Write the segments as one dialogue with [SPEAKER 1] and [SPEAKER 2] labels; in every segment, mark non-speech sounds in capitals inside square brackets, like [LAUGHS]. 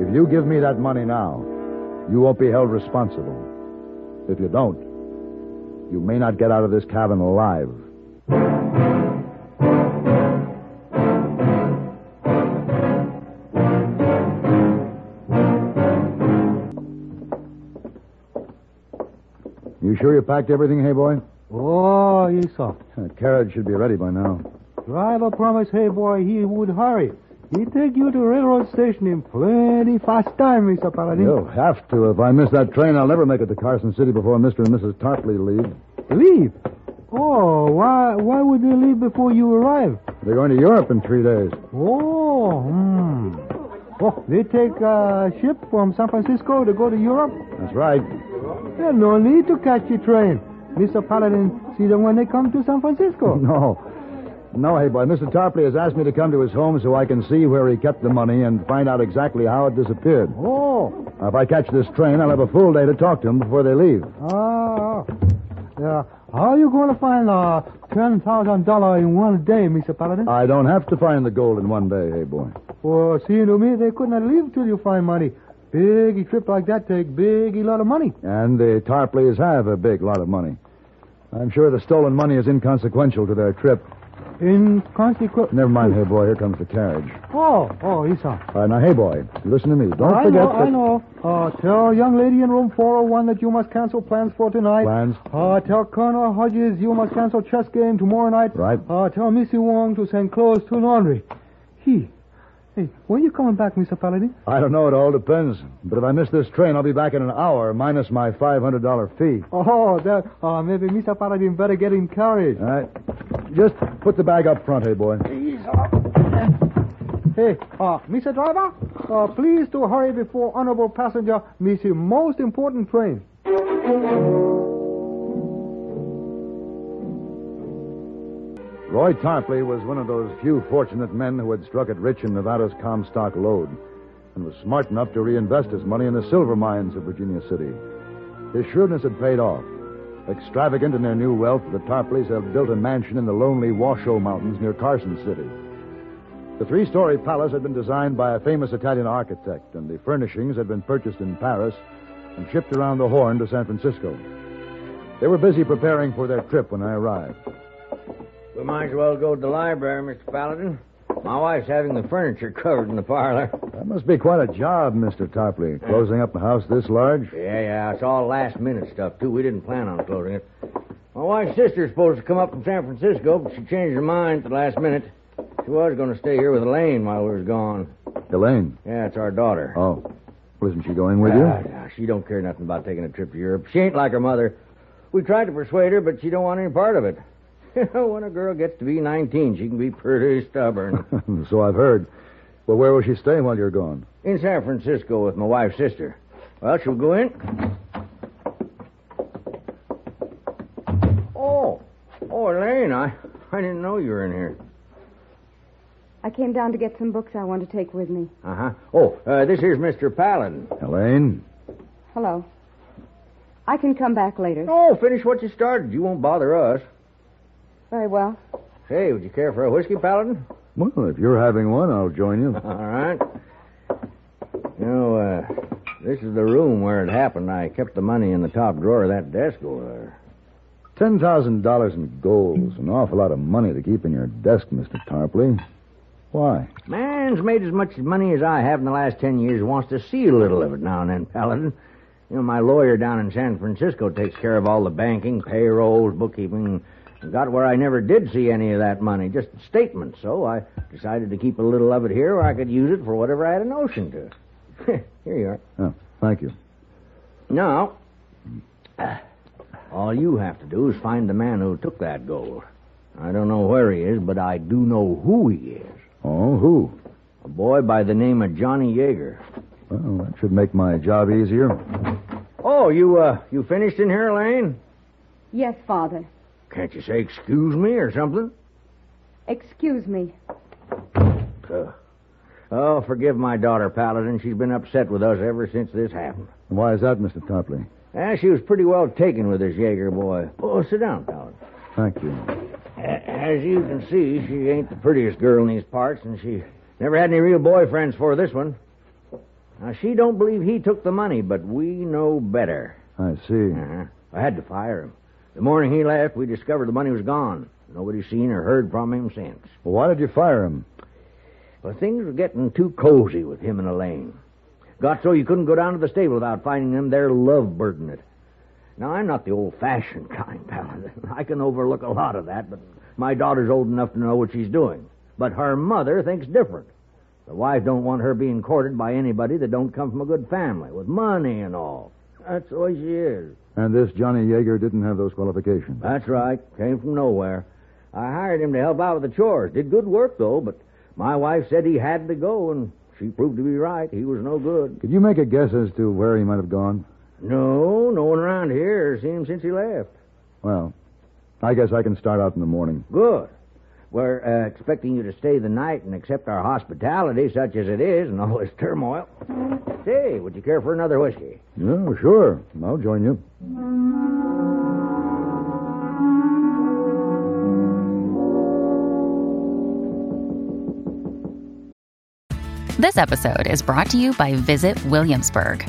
[SPEAKER 1] If you give me that money now, you won't be held responsible. If you don't, you may not get out of this cabin alive. You sure you packed everything, hey boy?
[SPEAKER 2] Oh, Esau.
[SPEAKER 1] The carriage should be ready by now.
[SPEAKER 2] Driver promised, hey boy, he would hurry. He take you to railroad station in plenty fast time, Mr. Paladin.
[SPEAKER 1] You'll have to. If I miss that train, I'll never make it to Carson City before Mr. and Mrs. Tarpley leave.
[SPEAKER 2] Leave? Oh, why why would they leave before you arrive?
[SPEAKER 1] They're going to Europe in three days.
[SPEAKER 2] Oh, hmm. Oh, they take a ship from San Francisco to go to Europe?
[SPEAKER 1] That's right. [LAUGHS]
[SPEAKER 2] There's no need to catch the train. Mr. Paladin see them when they come to
[SPEAKER 1] [LAUGHS]
[SPEAKER 2] San Francisco.
[SPEAKER 1] Oh, No. No, hey boy. Mr. Tarpley has asked me to come to his home so I can see where he kept the money and find out exactly how it disappeared.
[SPEAKER 2] oh,
[SPEAKER 1] Now, if I catch this train, I'll have a full day to talk to him before they leave.
[SPEAKER 2] ah. Yeah. How you going to find uh, $10,000 in one day, Mr. Paladin?
[SPEAKER 1] I don't have to find the gold in one day, hey boy.
[SPEAKER 2] Well, seeing to me, they couldn't have lived till you find money. Big trip like that take big lot of money.
[SPEAKER 1] And the Tarpleys have a big lot of money. I'm sure the stolen money is inconsequential to their trip.
[SPEAKER 2] Inconsequent.
[SPEAKER 1] Never mind, hey boy. Here comes the carriage.
[SPEAKER 2] Oh, oh, Esau.
[SPEAKER 1] Uh, now, hey boy, listen to me. Don't
[SPEAKER 2] I
[SPEAKER 1] forget
[SPEAKER 2] know, I know. Uh, tell young lady in room 401 that you must cancel plans for tonight.
[SPEAKER 1] Plans?
[SPEAKER 2] Uh, tell Colonel Hodges you must cancel chess game tomorrow night.
[SPEAKER 1] Right.
[SPEAKER 2] Uh, tell Missy Wong to send clothes to laundry. He. Hey, when you coming back, Mr. Paladin?
[SPEAKER 1] I don't know. It all depends. But if I miss this train, I'll be back in an hour minus my $500 fee.
[SPEAKER 2] Oh, that, uh, maybe Mr. Paladin better get in carriage.
[SPEAKER 1] All right. Just put the bag up front, hey boy.
[SPEAKER 2] Hey, uh, Mr. Driver, uh, please to hurry before honorable passenger miss the most important train.
[SPEAKER 1] Roy Tarpley was one of those few fortunate men who had struck it rich in Nevada's Comstock lode and was smart enough to reinvest his money in the silver mines of Virginia City. His shrewdness had paid off. Extravagant in their new wealth, the Tarpleys have built a mansion in the lonely Washoe Mountains near Carson City. The three story palace had been designed by a famous Italian architect, and the furnishings had been purchased in Paris and shipped around the Horn to San Francisco. They were busy preparing for their trip when I arrived.
[SPEAKER 3] We might as well go to the library, Mr. Paladin. My wife's having the furniture covered in the parlor.
[SPEAKER 1] That must be quite a job, Mr. Tarpley, closing up a house this large.
[SPEAKER 3] Yeah, yeah, it's all last minute stuff, too. We didn't plan on closing it. My wife's sister's supposed to come up from San Francisco, but she changed her mind at the last minute. She was going to stay here with Elaine while we was gone.
[SPEAKER 1] Elaine.
[SPEAKER 3] Yeah, it's our daughter.
[SPEAKER 1] Oh. Well, isn't she going with you?
[SPEAKER 3] Ah, nah, she don't care nothing about taking a trip to Europe. She ain't like her mother. We tried to persuade her, but she don't want any part of it. [LAUGHS] You know, when a girl gets to be 19, she can be pretty stubborn.
[SPEAKER 1] [LAUGHS] so I've heard. Well, where will she stay while you're gone?
[SPEAKER 3] in San Francisco with my wife's sister. Well, shall we go in? Oh, oh, Elaine, I, I didn't know you were in here.
[SPEAKER 4] I came down to get some books I want to take with me.
[SPEAKER 3] Uh-huh. Oh, uh, this here's Mr. Paladin.
[SPEAKER 1] Elaine?
[SPEAKER 4] Hello. I can come back later.
[SPEAKER 3] Oh, finish what you started. You won't bother us.
[SPEAKER 4] Very well.
[SPEAKER 3] Say, would you care for a whiskey, Paladin? [LAUGHS]
[SPEAKER 1] Well, if you're having one, I'll join you.
[SPEAKER 3] All right. You know, uh, this is the room where it happened. I kept the money in the top drawer of that desk over there.
[SPEAKER 1] $10,000 in gold's an awful lot of money to keep in your desk, Mr. Tarpley. Why?
[SPEAKER 3] Man's made as much money as I have in the last ten years and wants to see a little of it now and then, Paladin. You know, my lawyer down in San Francisco takes care of all the banking, payrolls, bookkeeping. and Got where I never did see any of that money, just statements. So I decided to keep a little of it here where I could use it for whatever I had a notion to. [LAUGHS] here you are.
[SPEAKER 1] Oh, thank you.
[SPEAKER 3] Now, [CLEARS THROAT] all you have to do is find the man who took that gold. I don't know where he is, but I do know who he is.
[SPEAKER 1] Oh, who?
[SPEAKER 3] A boy by the name of Johnny Yeager.
[SPEAKER 1] Well, that should make my job e-, easier.
[SPEAKER 3] Oh, you uh, you finished in here, Lane?
[SPEAKER 4] Yes, Father.
[SPEAKER 3] Can't you say excuse me or something?
[SPEAKER 4] Excuse me.
[SPEAKER 3] Uh, oh, forgive my daughter, Paladin. She's been upset with us ever since this happened.
[SPEAKER 1] Why is that, Mr. Tarpley?
[SPEAKER 3] Ah, she was pretty well taken with this Jaeger boy. Oh, sit down, Paladin.
[SPEAKER 1] Thank you.
[SPEAKER 3] A- As you can see, she ain't the prettiest girl in these parts, and she never had any real boyfriends for this one. Now, she don't believe he took the money, but we know better.
[SPEAKER 1] I see.
[SPEAKER 3] Uh-huh. I had to fire him. The morning he left, we discovered the money was gone. Nobody's seen or heard from him since.
[SPEAKER 1] Well, why did you fire him?
[SPEAKER 3] Well, things were getting too cozy with him and Elaine. Got so you couldn't go down to the stable without finding them there love birding it. Now, I'm not the old fashioned kind, Paladin. [LAUGHS] I can overlook a lot of that, but my daughter's old enough to know what she's doing. But her mother thinks different. The wife don't want her being courted by anybody that don't come from a good family, with money and all. That's the way she is.
[SPEAKER 1] And this Johnny Yeager didn't have those qualifications.
[SPEAKER 3] That's right. Came from nowhere. I hired him to help out with the chores. Did good work, though, but my wife said he had to go, and she proved to be right. He was no good.
[SPEAKER 1] Could you make a guess as to where he might have gone?
[SPEAKER 3] No, no one around here has seen him since he left.
[SPEAKER 1] Well, I guess I can start out in the morning.
[SPEAKER 3] Good. We're uh, expecting you to stay the night and accept our hospitality, such as it is, and all this turmoil. Say, would you care for another whiskey?
[SPEAKER 1] Yeah, well, sure. I'll join you.
[SPEAKER 5] This episode is brought to you by Visit Williamsburg.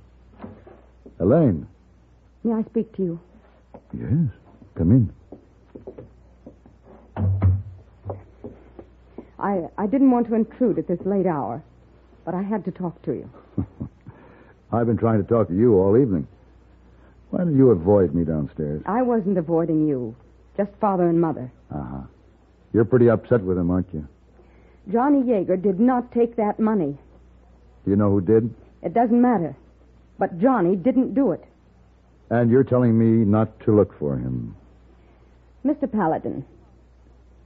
[SPEAKER 1] Elaine.
[SPEAKER 4] May I speak to you?
[SPEAKER 1] Yes. Come in.
[SPEAKER 4] I, I didn't want to intrude at this late hour, but I had to talk to you.
[SPEAKER 1] I've been trying to talk to you all evening. Why did you avoid me downstairs?
[SPEAKER 4] I wasn't avoiding you, just father and mother.
[SPEAKER 1] Uh huh. You're pretty upset with him, aren't you?
[SPEAKER 4] Johnny Yeager did not take that money.
[SPEAKER 1] Do you know who did?
[SPEAKER 4] It doesn't matter. But Johnny didn't do it.
[SPEAKER 1] And you're telling me not to look for him.
[SPEAKER 4] Mr. Paladin,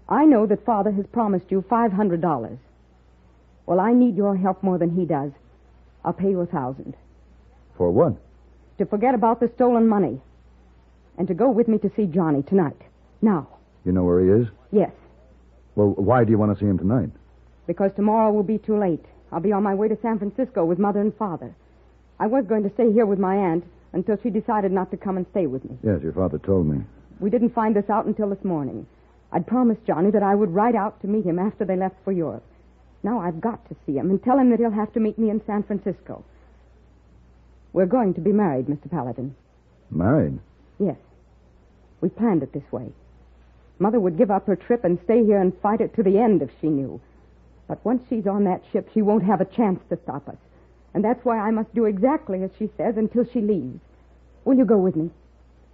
[SPEAKER 4] I know that father has promised you $500. Well, I need your help more than he does. I'll pay you a thousand
[SPEAKER 1] For what?
[SPEAKER 4] to forget about the stolen money and to go with me to see Johnny tonight. Now,
[SPEAKER 1] You know where he is?
[SPEAKER 4] yes,
[SPEAKER 1] Well, why do you want to see him tonight?
[SPEAKER 4] because tomorrow will be too late. I'll be on my way to San Francisco with mother and father. I was going to stay here with my aunt until she decided not to come and stay with me.
[SPEAKER 1] Yes, your father told me.
[SPEAKER 4] We didn't find this out until this morning. I'd promised Johnny that I would ride out to meet him after they left for Europe. Now I've got to see him and tell him that he'll have to meet me in San Francisco. We're going to be married, Mr. Paladin.
[SPEAKER 1] Married?
[SPEAKER 4] Yes. We planned it this way. Mother would give up her trip and stay here and fight it to the end if she knew. But once she's on that ship, she won't have a chance to stop us. And that's why I must do exactly as she says until she leaves. Will you go with me?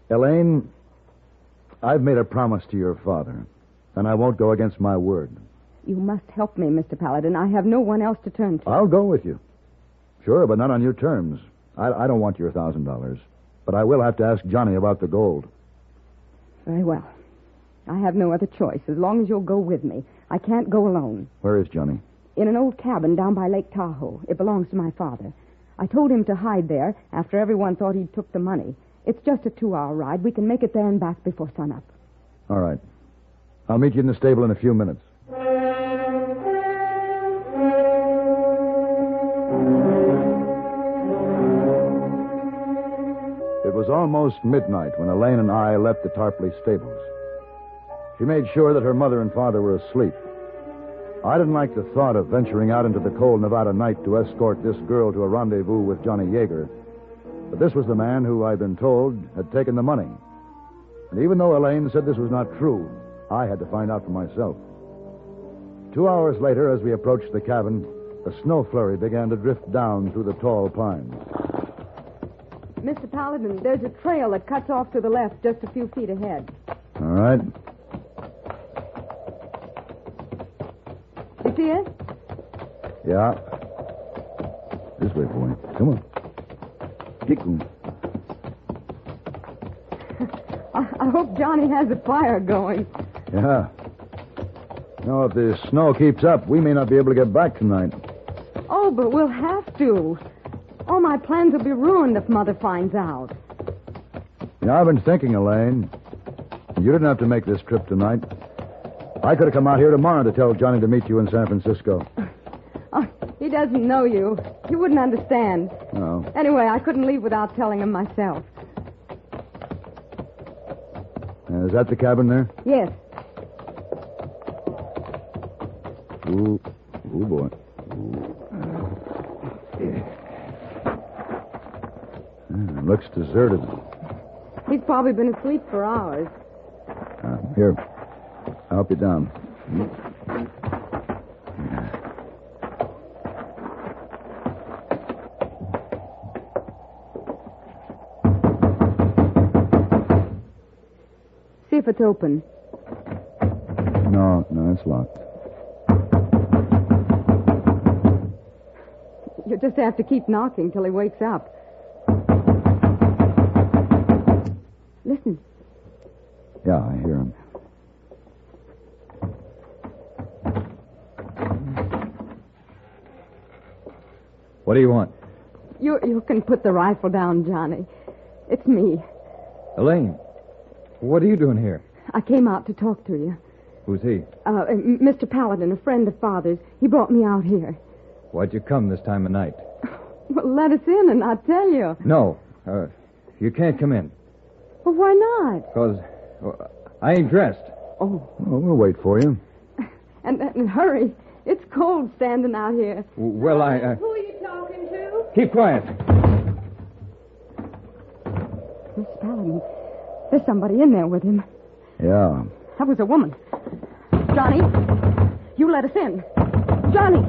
[SPEAKER 1] Elaine, I've made a promise to your father, and I won't go against my word.
[SPEAKER 4] You must help me, Mr. Paladin. I have no one else to turn to.
[SPEAKER 1] I'll go with you. Sure, but not on your terms. I, I don't want your thousand dollars, but I will have to ask Johnny about the gold.
[SPEAKER 4] Very well. I have no other choice as long as you'll go with me. I can't go alone.
[SPEAKER 1] Where is Johnny?
[SPEAKER 4] In an old cabin down by Lake Tahoe. It belongs to my father. I told him to hide there after everyone thought he'd took the money. It's just a two-hour ride. We can make it there and back before sunup.
[SPEAKER 1] All right. I'll meet you in the stable in a few minutes. It was almost midnight when Elaine and I left the Tarpley stables. She made sure that her mother and father were asleep. I didn't like the thought of venturing out into the cold Nevada night to escort this girl to a rendezvous with Johnny Yeager. But this was the man who, I'd been told, had taken the money. And even though Elaine said this was not true, I had to find out for myself. Two hours later, as we approached the cabin,
[SPEAKER 2] A snow flurry began to drift down through the tall pines.
[SPEAKER 4] Mr. Paladin, there's a trail that cuts off to the left just a few feet ahead.
[SPEAKER 2] All right.
[SPEAKER 4] You see it?
[SPEAKER 2] Yeah. This way, boy. Come on. Kikoon.
[SPEAKER 4] I, I hope Johnny has a fire going.
[SPEAKER 2] Yeah. You know, if the snow keeps up, we may not be able to get back tonight.
[SPEAKER 4] Oh, but we'll have to. All my plans will be ruined if Mother finds out.
[SPEAKER 2] You know, I've been thinking, Elaine. You didn't have to make this trip tonight. I could have come out here tomorrow to tell Johnny to meet you in San Francisco.
[SPEAKER 4] Oh, he doesn't know you. He wouldn't understand.
[SPEAKER 2] No.
[SPEAKER 4] Anyway, I couldn't leave without telling him myself.
[SPEAKER 2] Uh, Is that the cabin there?
[SPEAKER 4] Yes,
[SPEAKER 2] Ooh. Ooh, boy. Ooh. Ah, Uh, looks deserted.
[SPEAKER 4] he's probably been asleep for hours.
[SPEAKER 2] Uh, here. I'll help you down.
[SPEAKER 4] See if it's open.
[SPEAKER 2] No, no, it's locked.
[SPEAKER 4] You'll just have to keep knocking till he wakes up. Listen,
[SPEAKER 2] Yeah, I hear him. What do you want?
[SPEAKER 4] you, you can put the rifle down, Johnny. It's me.
[SPEAKER 2] Elaine, what are you doing here?
[SPEAKER 4] I came out to talk to you.
[SPEAKER 2] Who's he?
[SPEAKER 4] Uh, M- Mr. Paladin, a friend of Father's, he brought me out here.
[SPEAKER 2] Why'd you come this time of night?
[SPEAKER 4] Well, let us in and I'll tell you.
[SPEAKER 2] No, uh, you can't come in,
[SPEAKER 4] Well, why not?
[SPEAKER 2] because I ain't dressed.
[SPEAKER 4] Oh,
[SPEAKER 2] Well, we'll wait for you.
[SPEAKER 4] and, and hurry. It's cold standing out here.
[SPEAKER 2] Well, I. Uh... Who are you talking to? Keep quiet.
[SPEAKER 4] Miss Paladin, there's somebody in there with him.
[SPEAKER 2] Yeah.
[SPEAKER 4] That was a woman. Johnny, you let us in. Johnny,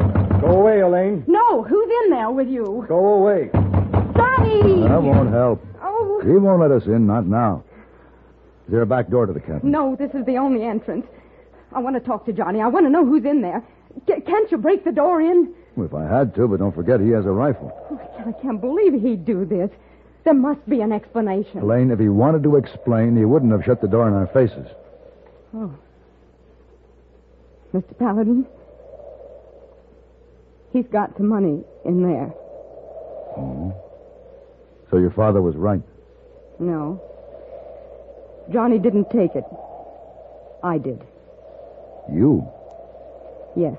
[SPEAKER 2] Go away, Elaine.
[SPEAKER 4] no, who's in there with you?
[SPEAKER 2] Go away.
[SPEAKER 4] Johnny!
[SPEAKER 2] That won't help.
[SPEAKER 4] Oh,
[SPEAKER 2] He won't let us in, not now. Is there a back door to the cabin?
[SPEAKER 4] no, this is the only entrance. I want to talk to Johnny. I want to know who's in there. C- can't you break the door in?
[SPEAKER 2] Well, If I had to, but don't forget he has a rifle.
[SPEAKER 4] Oh, I can't- I can't believe he'd do this. There must be an explanation.
[SPEAKER 2] Elaine, if he wanted to explain, he wouldn't have shut the door in our faces.
[SPEAKER 4] Mr. Paladin, he's got the money in there.
[SPEAKER 2] So your father was right.
[SPEAKER 4] No. Johnny didn't take it. I did.
[SPEAKER 2] You?
[SPEAKER 4] Yes.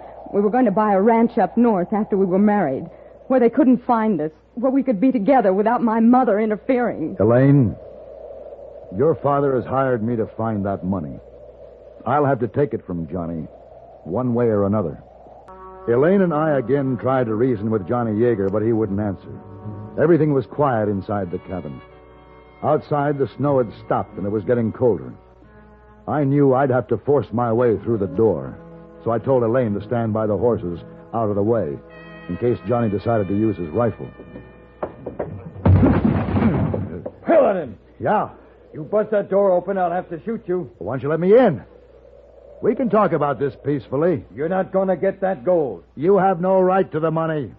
[SPEAKER 4] we were going to buy a ranch up north after we were married, where they couldn't find us, where we could be together without my mother interfering.
[SPEAKER 2] Elaine, your father has hired me to find that money. I'll have to take it from Johnny, one way or another. Elaine and I again tried to reason with Johnny Yeager, but he wouldn't answer. Everything was quiet inside the cabin. Outside, the snow had stopped and it was getting colder. I knew I'd have to force my way through the door, so I told Elaine to stand by the horses out of the way in case Johnny decided to use his rifle. Jordan,
[SPEAKER 1] Yeah.
[SPEAKER 2] you bust that door open, I'll have to shoot you.
[SPEAKER 1] Why don't you let me in? We can talk about this peacefully.
[SPEAKER 2] You're not going to get that gold.
[SPEAKER 1] You have no right to the money.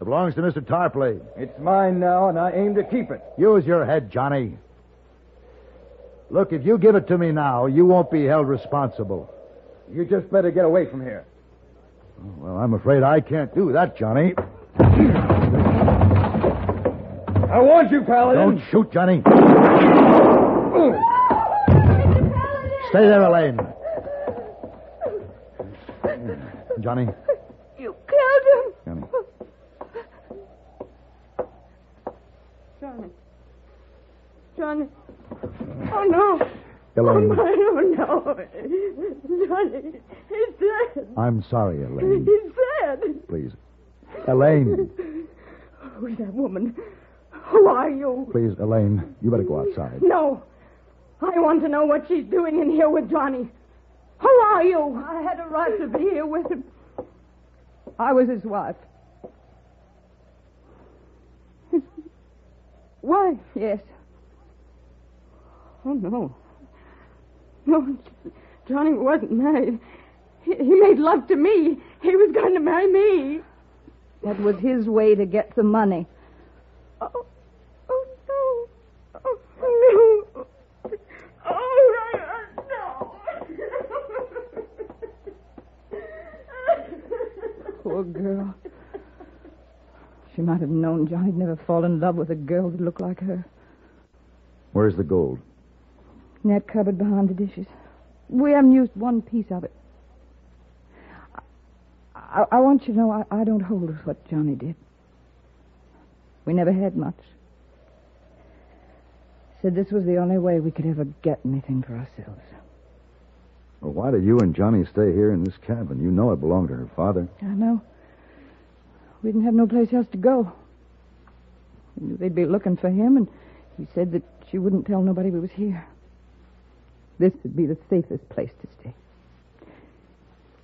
[SPEAKER 1] It belongs to Mr. Tarpley.
[SPEAKER 2] It's mine now, and I aim to keep it.
[SPEAKER 1] Use your head, Johnny. Look, if you give it to me now, you won't be held responsible.
[SPEAKER 2] You just better get away from here.
[SPEAKER 1] Well, I'm afraid I can't do that, Johnny.
[SPEAKER 2] I warned you, Paladin.
[SPEAKER 1] Don't shoot, Johnny. Stay there, Elaine. Johnny,
[SPEAKER 6] You killed him.
[SPEAKER 1] Johnny.
[SPEAKER 6] Johnny. Johnny. Oh, no.
[SPEAKER 1] Elaine.
[SPEAKER 6] Oh, my, oh, no. Johnny. He's dead.
[SPEAKER 1] I'm sorry, Elaine.
[SPEAKER 6] He's dead.
[SPEAKER 1] Please. Elaine.
[SPEAKER 6] Who's that woman? Who are you?
[SPEAKER 1] Please, Elaine. You better go outside.
[SPEAKER 6] No. I want to know what she's doing in here with Johnny. Who are you? I had a right to be here with him.
[SPEAKER 7] I was his wife.
[SPEAKER 6] Wife, yes.
[SPEAKER 7] Oh, no.
[SPEAKER 6] No, Johnny wasn't married. He, he made love to me. He was going to marry me.
[SPEAKER 3] That was his way to get the money.
[SPEAKER 6] Oh, oh no. Oh, no. Oh, no.
[SPEAKER 3] Poor girl. She might have known Johnny'd never fall in love with a girl that looked like her.
[SPEAKER 1] Where's the gold?
[SPEAKER 3] In that cupboard behind the dishes. We haven't used one piece of it. I, I, I want you to know I, I don't hold with what Johnny did. We never had much. Said this was the only way we could ever get anything for ourselves.
[SPEAKER 1] Well, why did you and Johnny stay here in this cabin? You know it belonged to her father.
[SPEAKER 3] I know. We didn't have no place else to go. We knew they'd be looking for him, and he said that she wouldn't tell nobody we was here. This would be the safest place to stay.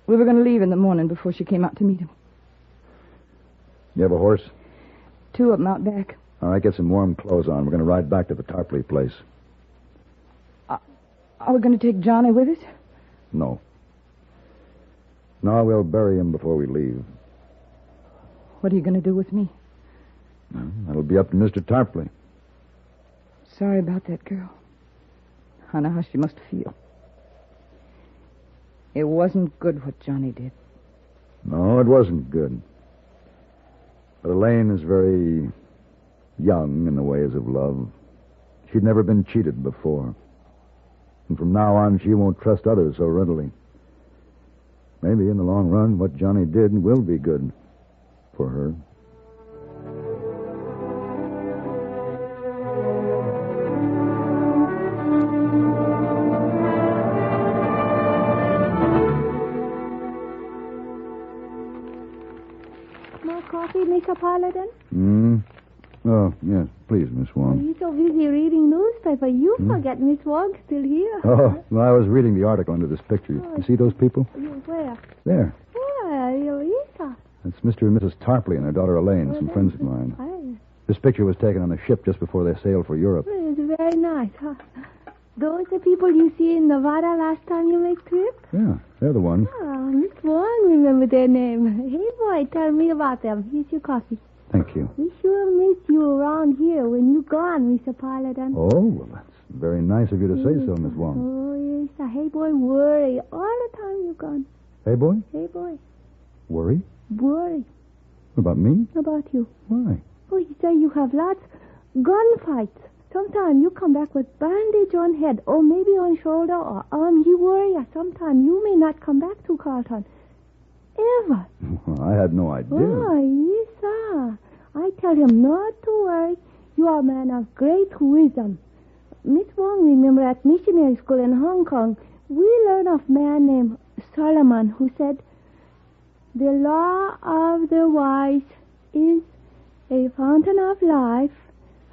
[SPEAKER 3] We were going to leave in the morning before she came out to meet him.
[SPEAKER 1] You have a horse?
[SPEAKER 3] Two of 'em out back.
[SPEAKER 1] All right, get some warm clothes on. We're going to ride back to the Tarpley place.
[SPEAKER 3] Are we going to take Johnny with us?
[SPEAKER 1] No. No, we'll bury him before we leave.
[SPEAKER 3] What are you going to do with me?
[SPEAKER 1] Well, That'll be up to Mr. Tarpley.
[SPEAKER 3] Sorry about that girl. I know how she must feel. It wasn't good what Johnny did.
[SPEAKER 1] No, it wasn't good. But Elaine is very young in the ways of love. She'd never been cheated before. And from now on, she won't trust others so readily. Maybe in the long run, what Johnny did will be good for her.
[SPEAKER 4] More coffee, Mr. Paladin?
[SPEAKER 1] Hmm? Oh, yes, please, Miss Wong.
[SPEAKER 4] You're so busy reading newspaper, you
[SPEAKER 3] Hmm?
[SPEAKER 4] forget Miss Wog's still here.
[SPEAKER 1] Oh, well, I was reading the article under this picture. You see those people?
[SPEAKER 4] You- Where?
[SPEAKER 1] There.
[SPEAKER 4] Where? Eureka.
[SPEAKER 1] That's Mr. and Mrs. Tarpley and her daughter Elaine, some friends of mine.
[SPEAKER 4] Hi.
[SPEAKER 1] This picture was taken on a ship just before they sailed for Europe.
[SPEAKER 4] It's very nice, huh? Those the people you see in Nevada last time you made trip?
[SPEAKER 1] Yeah, they're the ones.
[SPEAKER 4] Oh, Miss Wong remember their name. Hey, boy, tell me about them. Here's your coffee.
[SPEAKER 1] Thank you.
[SPEAKER 4] We sure miss you around here when you gone, Mr. Paladin.
[SPEAKER 1] Oh, well, that's very nice of you to say so, Miss Wong.
[SPEAKER 4] Oh, yes, the hey boy worry all the time you gone.
[SPEAKER 1] Hey, boy?
[SPEAKER 4] Hey boy,
[SPEAKER 1] Worry?
[SPEAKER 4] worry
[SPEAKER 1] What about me?
[SPEAKER 4] about you.
[SPEAKER 1] Why?
[SPEAKER 4] Oh, he say you have lots gunfights. Sometime you come back with bandage on head, or maybe on shoulder or arm. He worry you. Sometime you may not come back to Carlton. Ever.
[SPEAKER 1] Well, I had no idea.
[SPEAKER 4] Oh, yes, sir. I tell him not to worry. You are a man of great wisdom. Miss Wong, remember at missionary school in Hong Kong, we learn of man named Solomon who said, The law of the wise is a fountain of life.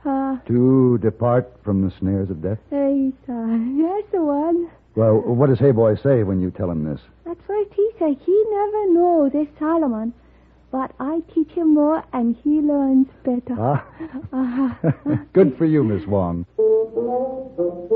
[SPEAKER 4] Uh,
[SPEAKER 1] To depart from the snares of death?
[SPEAKER 4] hey, [LAUGHS] sir, that's the one.
[SPEAKER 1] Well, what does Hey Boy say when you tell him this?
[SPEAKER 4] At first he said he never know this Solomon, But I teach him more and he learns better.
[SPEAKER 1] Ah,
[SPEAKER 4] Uh-huh.
[SPEAKER 1] good for you, Miss Wong.
[SPEAKER 2] Well,